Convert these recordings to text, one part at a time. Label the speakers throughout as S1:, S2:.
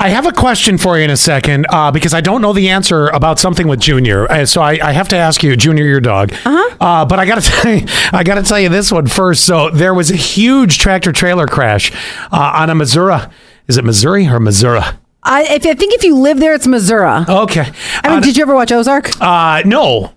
S1: I have a question for you in a second uh, because I don't know the answer about something with Junior, Uh, so I, I have to ask you, Junior, your dog. Uh-huh. Uh, but I gotta tell you, I gotta tell you this one first. So there was a huge tractor trailer crash uh, on a Missouri. Is it Missouri or Missouri?
S2: I, if, I think if you live there, it's Missouri.
S1: Okay.
S2: I mean,
S1: On-
S2: did you ever watch Ozark?
S1: Oh, uh, no.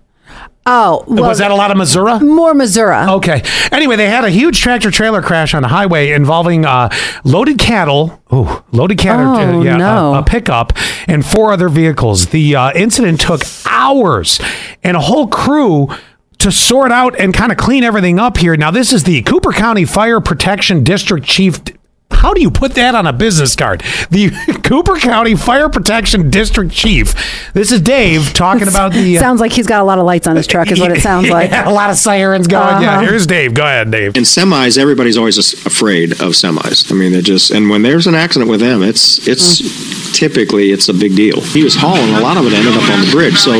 S2: oh, well,
S1: was that a Oh, lot of Missouri?
S2: more Missouri?
S1: Okay. Anyway, they had a huge tractor trailer crash on a highway involving uh, loaded cattle. Ooh, loaded cattle. uh,
S2: Oh,
S1: yeah, a-
S2: no.
S1: a, pickup and four other vehicles. The uh, incident took hours and a whole crew to sort out and kind of clean everything up here. Now, this is the Cooper County Fire Protection District Chief. How do you put that on a business card? The Cooper County Fire Protection District Chief. This is Dave talking about the. uh,
S2: sounds like he's got a lot of lights on his truck, is what it sounds like.
S1: Yeah, a lot of sirens going. Yeah,
S2: Uh-huh.
S1: here's Dave. Go ahead, Dave.
S3: in semis, everybody's always as- afraid of semis. I mean, they just and when there's an accident with them, it's it's typically it's a big deal. He was hauling a lot of it ended up on the bridge. So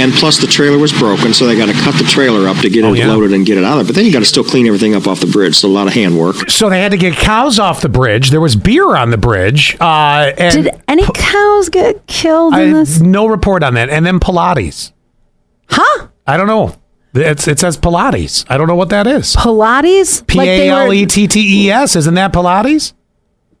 S3: and plus the trailer was broken, so they got to cut the trailer up to get it
S1: yeah.
S3: loaded and get it out of there. But then you got to still clean everything up off the bridge. So a lot of hand work.
S1: So they had to get cows off the bridge. There was beer on the bridge. Uh, and
S2: Did any cows get killed
S1: I,
S2: in this?
S1: no report on that. And then Pilates.
S2: Huh?
S1: I don't know. It's, it says Pilates. I don't know what that is.
S2: Pilates?
S1: P A L E T T E S. Isn't that Pilates?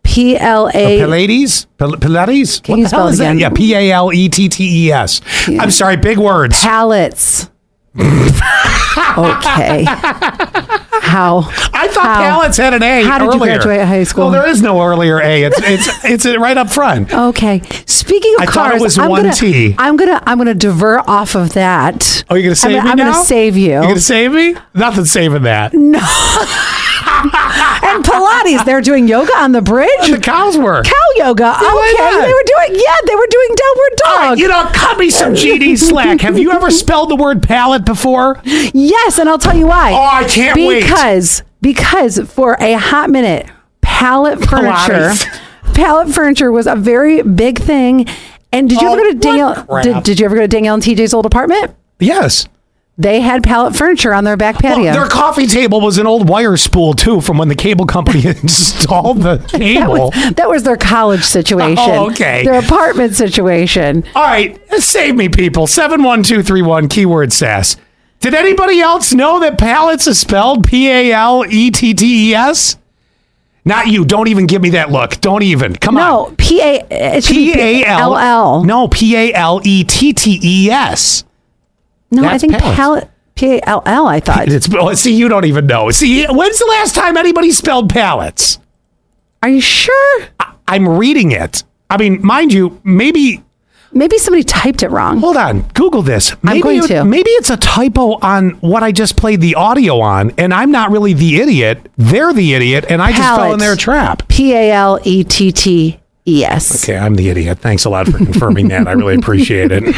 S2: P
S1: E?
S2: L
S1: Oh,
S2: A.
S1: Pilates? Pil- Pilates?
S2: Can you spell it again?
S1: Yeah, P A L E T T E S. I'm sorry, big words.
S2: Pallets. okay. How?
S1: I thought
S2: How?
S1: pallets had an A.
S2: How did you
S1: earlier.
S2: graduate high school?
S1: Well, there is no earlier A. It's it's it's right up front.
S2: Okay. Speaking of
S1: I thought it
S2: cars,
S1: was
S2: I'm
S1: one
S2: gonna,
S1: T.
S2: I'm gonna I'm gonna divert off of that.
S1: Oh, you're gonna
S2: I'm
S1: save
S2: gonna-
S1: me
S2: I'm
S1: now?
S2: gonna save you.
S1: You're gonna save me? Nothing saving that.
S2: and Pilates, they're doing yoga on the
S1: The
S2: bridge.
S1: cows were.
S2: Cow yoga.
S1: why
S2: okay,
S1: not? Ah,
S2: they were doing yeah, they were doing downward dog.
S1: You know, cut me some GD slack. Have you ever spelled the word pallet before?
S2: Yes, and I'll tell you why.
S1: Oh, I can't wait.
S2: because, Because for a hot minute, pallet furniture,
S1: Pilates.
S2: pallet furniture was a very big thing. And did you
S1: Oh,
S2: ever go to
S1: what
S2: Danielle?
S1: crap.
S2: Did, did you ever go to Danielle and TJ's old apartment?
S1: Yes.
S2: They had pallet furniture on their back patio.
S1: Their coffee table was an old wire spool too, from when the cable company installed the
S2: that
S1: cable.
S2: was, that was their college situation.
S1: Oh, okay.
S2: Their apartment situation.
S1: All right, save me, people. Seven one two three one keyword sass. Did anybody else know that pallets is spelled P A L E T T E S? Not you. Don't even give me that look. Don't even. Come on.
S2: No, P A. It should be
S1: P A L
S2: LL.
S1: No, P A L E T T E S.
S2: No, I
S1: that's
S2: think
S1: pallets.
S2: pallet. P A L L. I thought.
S1: It's oh, see, you don't even know. See, when's the last time anybody spelled pallets?
S2: Are you sure?
S1: I'm reading it. I mean, mind you, maybe
S2: Maybe somebody typed it wrong.
S1: hold on, Google this. Maybe
S2: going
S1: you-
S2: to.
S1: Maybe it's a typo on what I just played the audio on, and I'm not really the idiot. They're the idiot, and I just fell in
S2: Pallets.
S1: their trap.
S2: P A L E T T E S.
S1: Okay, I'm the idiot. Thanks a lot for confirming that. I really appreciate it.